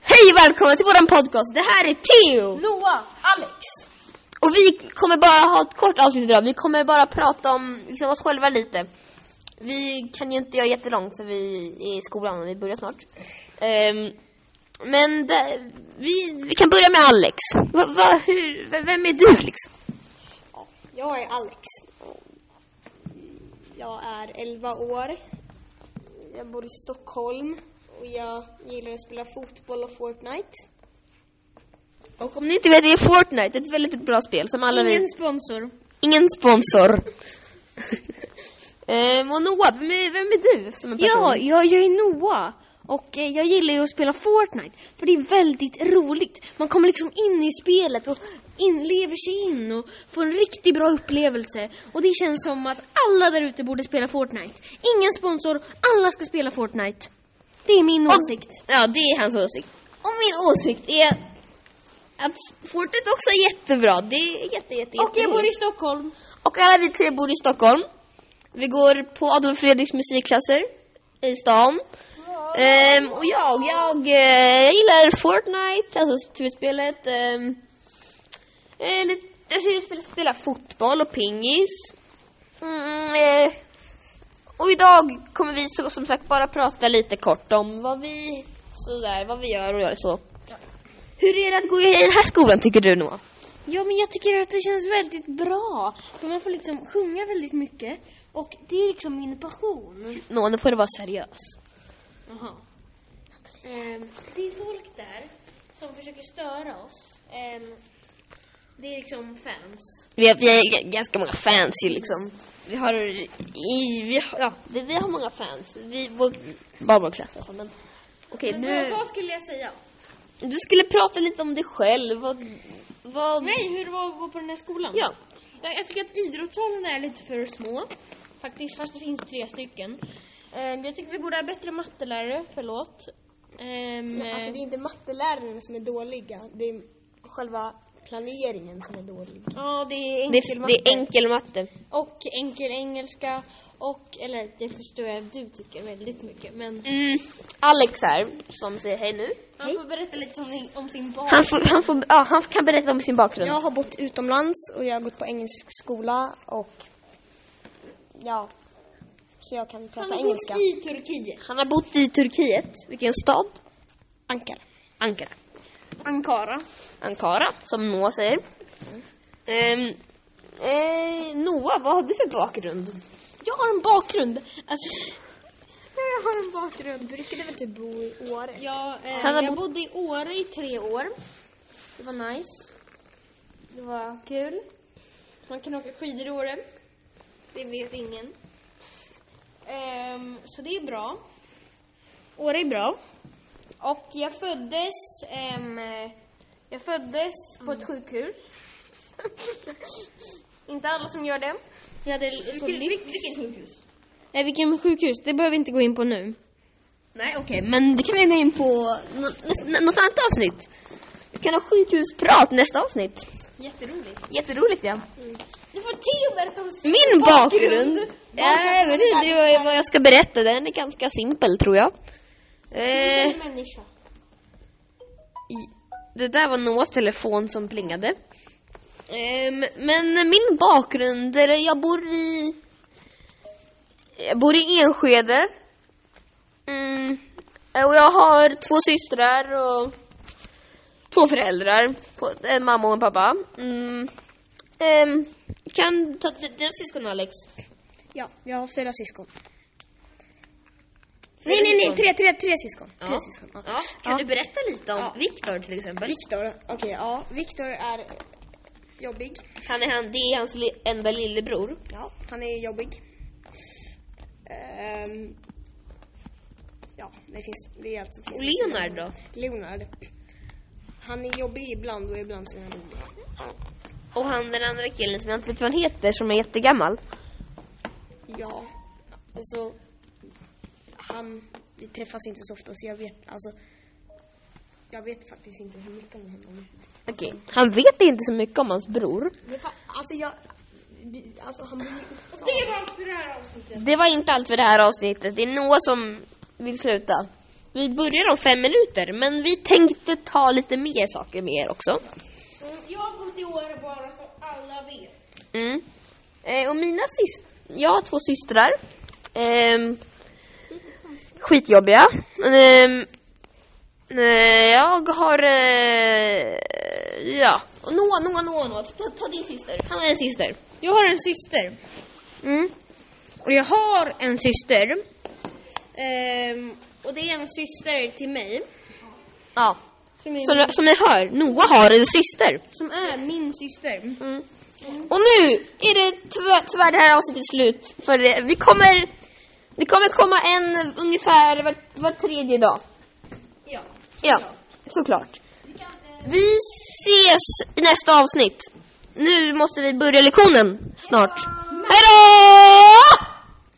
Hej och välkomna till våran podcast. Det här är Theo. Noah! Alex! Och vi kommer bara ha ett kort avsnitt idag. Vi kommer bara prata om liksom, oss själva lite. Vi kan ju inte göra jättelångt för vi är i skolan och vi börjar snart. Ehm, men det, vi, vi kan börja med Alex. Va, va, hur, v- vem är du liksom? Jag är Alex. Jag är 11 år. Jag bor i Stockholm och jag gillar att spela fotboll och Fortnite. Och om ni inte vet, det är Fortnite. Ett väldigt bra spel som alla vet. sponsor. Ingen sponsor. Ehm, och Noah, vem är, vem är du som en person? Ja, jag, jag är Noah. Och eh, jag gillar ju att spela Fortnite, för det är väldigt roligt. Man kommer liksom in i spelet och inlever sig in och får en riktigt bra upplevelse. Och det känns som att alla där ute borde spela Fortnite. Ingen sponsor, alla ska spela Fortnite. Det är min åsikt. Och, ja, det är hans åsikt. Och min åsikt är att Fortnite också är jättebra. Det är jätte, jätte, Och jag jätte- bor i Stockholm. och alla vi tre bor i Stockholm. Vi går på Adolf Fredriks musikklasser i stan. Ehm, och jag, jag, eh, jag gillar Fortnite, alltså tv-spelet. ehm. Eh, lite- jag skulle spela, spela fotboll och pingis. Mm, eh, och idag kommer vi så, som sagt bara prata lite kort om vad vi, sådär, vad vi gör och gör så. Hur är det att gå i den här skolan tycker du Noah? Ja, men jag tycker att det känns väldigt bra. För man får liksom sjunga väldigt mycket. Och det är liksom min passion. Noah, nu får du vara seriös. Jaha. Ehm, det är folk där som försöker störa oss. Ehm, det är liksom fans. Vi har, vi har g- ganska många fans ju liksom. Vi har, i, vi, har- ja, vi, vi har många fans. Vi, vår, bara vår klass alltså, men. Okej, nu. Vad skulle jag säga? Du skulle prata lite om dig själv. Vad, vad, Nej, hur det var att gå på den här skolan? Ja. Jag, jag tycker att idrottssalarna är lite för små. Faktiskt, fast det finns tre stycken. Ehm, jag tycker vi borde ha bättre mattelärare, förlåt. Um, Alltså det är inte matteläraren som är dåliga, det är själva planeringen som är dålig. Ja, det är Det, enkel är- matte. det är enkel matte. Och enkel engelska. Och, eller det förstår jag att du tycker väldigt mycket. Men Mm, Alex här, som säger hej nu. han får berätta lite om, din- om sin barn. Han, får, han, får, ja, han kan berätta om sin bakgrund. Jag har bott utomlands och jag har gått på engelsk skola och ja, så jag kan prata engelska. i Turkiet. Han har bott i Turkiet. Vilken stad? Ankara. Ankara. Ankara. Ankara, som Noah säger. Ehm, eh, Noah, vad har du för bakgrund? Jag har en bakgrund. Alltså, jag har en bakgrund. Brukade väl typ bo i Åre? Jag, eh, Han har jag bott- bodde i Åre i tre år. Det var nice. Det var kul. Man kan åka skidor i Åre. Det vet ingen. Ehm, så det är bra. Åre är bra. Och jag föddes... ehm, jag föddes på Mm. ett sjukhus. inte alla som gör det. Jag hade vilken, sjukhus? Nej, vilken sjukhus? Det behöver vi inte gå in på nu. Nej, okej, men det kan vi gå in på nå- nä- nä- något annat avsnitt. Vi kan ha sjukhusprat nästa avsnitt. Jätteroligt. Jätteroligt, ja. Du får Theo berätta om sin Min bakgrund? Nej, men det, det var ju vad jag ska berätta. Den är ganska simpel, tror jag. Eh, människa. I- Det där var Noahs telefon som plingade. Ehm, men min bakgrund, eller jag bor i... Jag bor i Enskede. Mm. Och jag har två systrar och två föräldrar. på- En mamma och en pappa. Mm. Ehm, kan ta d- dina syskon Alex? Ja, jag har fyra syskon. Fyra Nej, nej, syskon. nej, tre, tre, tre syskon. Tre Ja. syskon. ja. Ja. Kan du berätta lite om Ja. Viktor till exempel? Viktor, okej, ja. Viktor är jobbig. Han är, han, det är hans li- enda lillebror. Ja, han är jobbig. Ehm, ja, det finns... Det är alltså... Och Leonard då? Leonard. Han är jobbig ibland och ibland så är han rolig. Och han den andra killen som jag inte vet vad han heter, som är jättegammal. Ja, alltså... Han... Vi träffas inte så ofta så jag vet... Alltså... Jag vet faktiskt inte hur mycket om honom. Okej. Han vet inte så mycket om hans bror. Det fa- alltså jag... vi- Alltså han blir ju uppsatt. Det var allt för det här avsnittet. Det var inte allt för det här avsnittet. Det är Noah som vill sluta. Vi börjar om fem minuter, men vi tänkte ta lite mer saker med er också. Mm, Jag har gått i år bara så alla vet. Mm. Eh, och mina syst- jag har två systrar. Ehm, skitjobbiga. Ehm, eh, jag har... Eh, ja. Och Noah, Noah, Noah, Noah. Ta, ta din syster. Han har en syster. Jag har en syster. Mm. Och jag har en syster. Ehm, och det är en syster till mig. Ja. Som är, Som, som ni hör, Noah har en syster. som är min syster. Mm. Och nu är det tyvärr, tyvärr det här avsnittet slut. För eh, vi kommer... Det kommer komma en ungefär var, var tredje dag. Ja. Ja, såklart. Vi ses i nästa avsnitt. Nu måste vi börja lektionen snart. Hej då!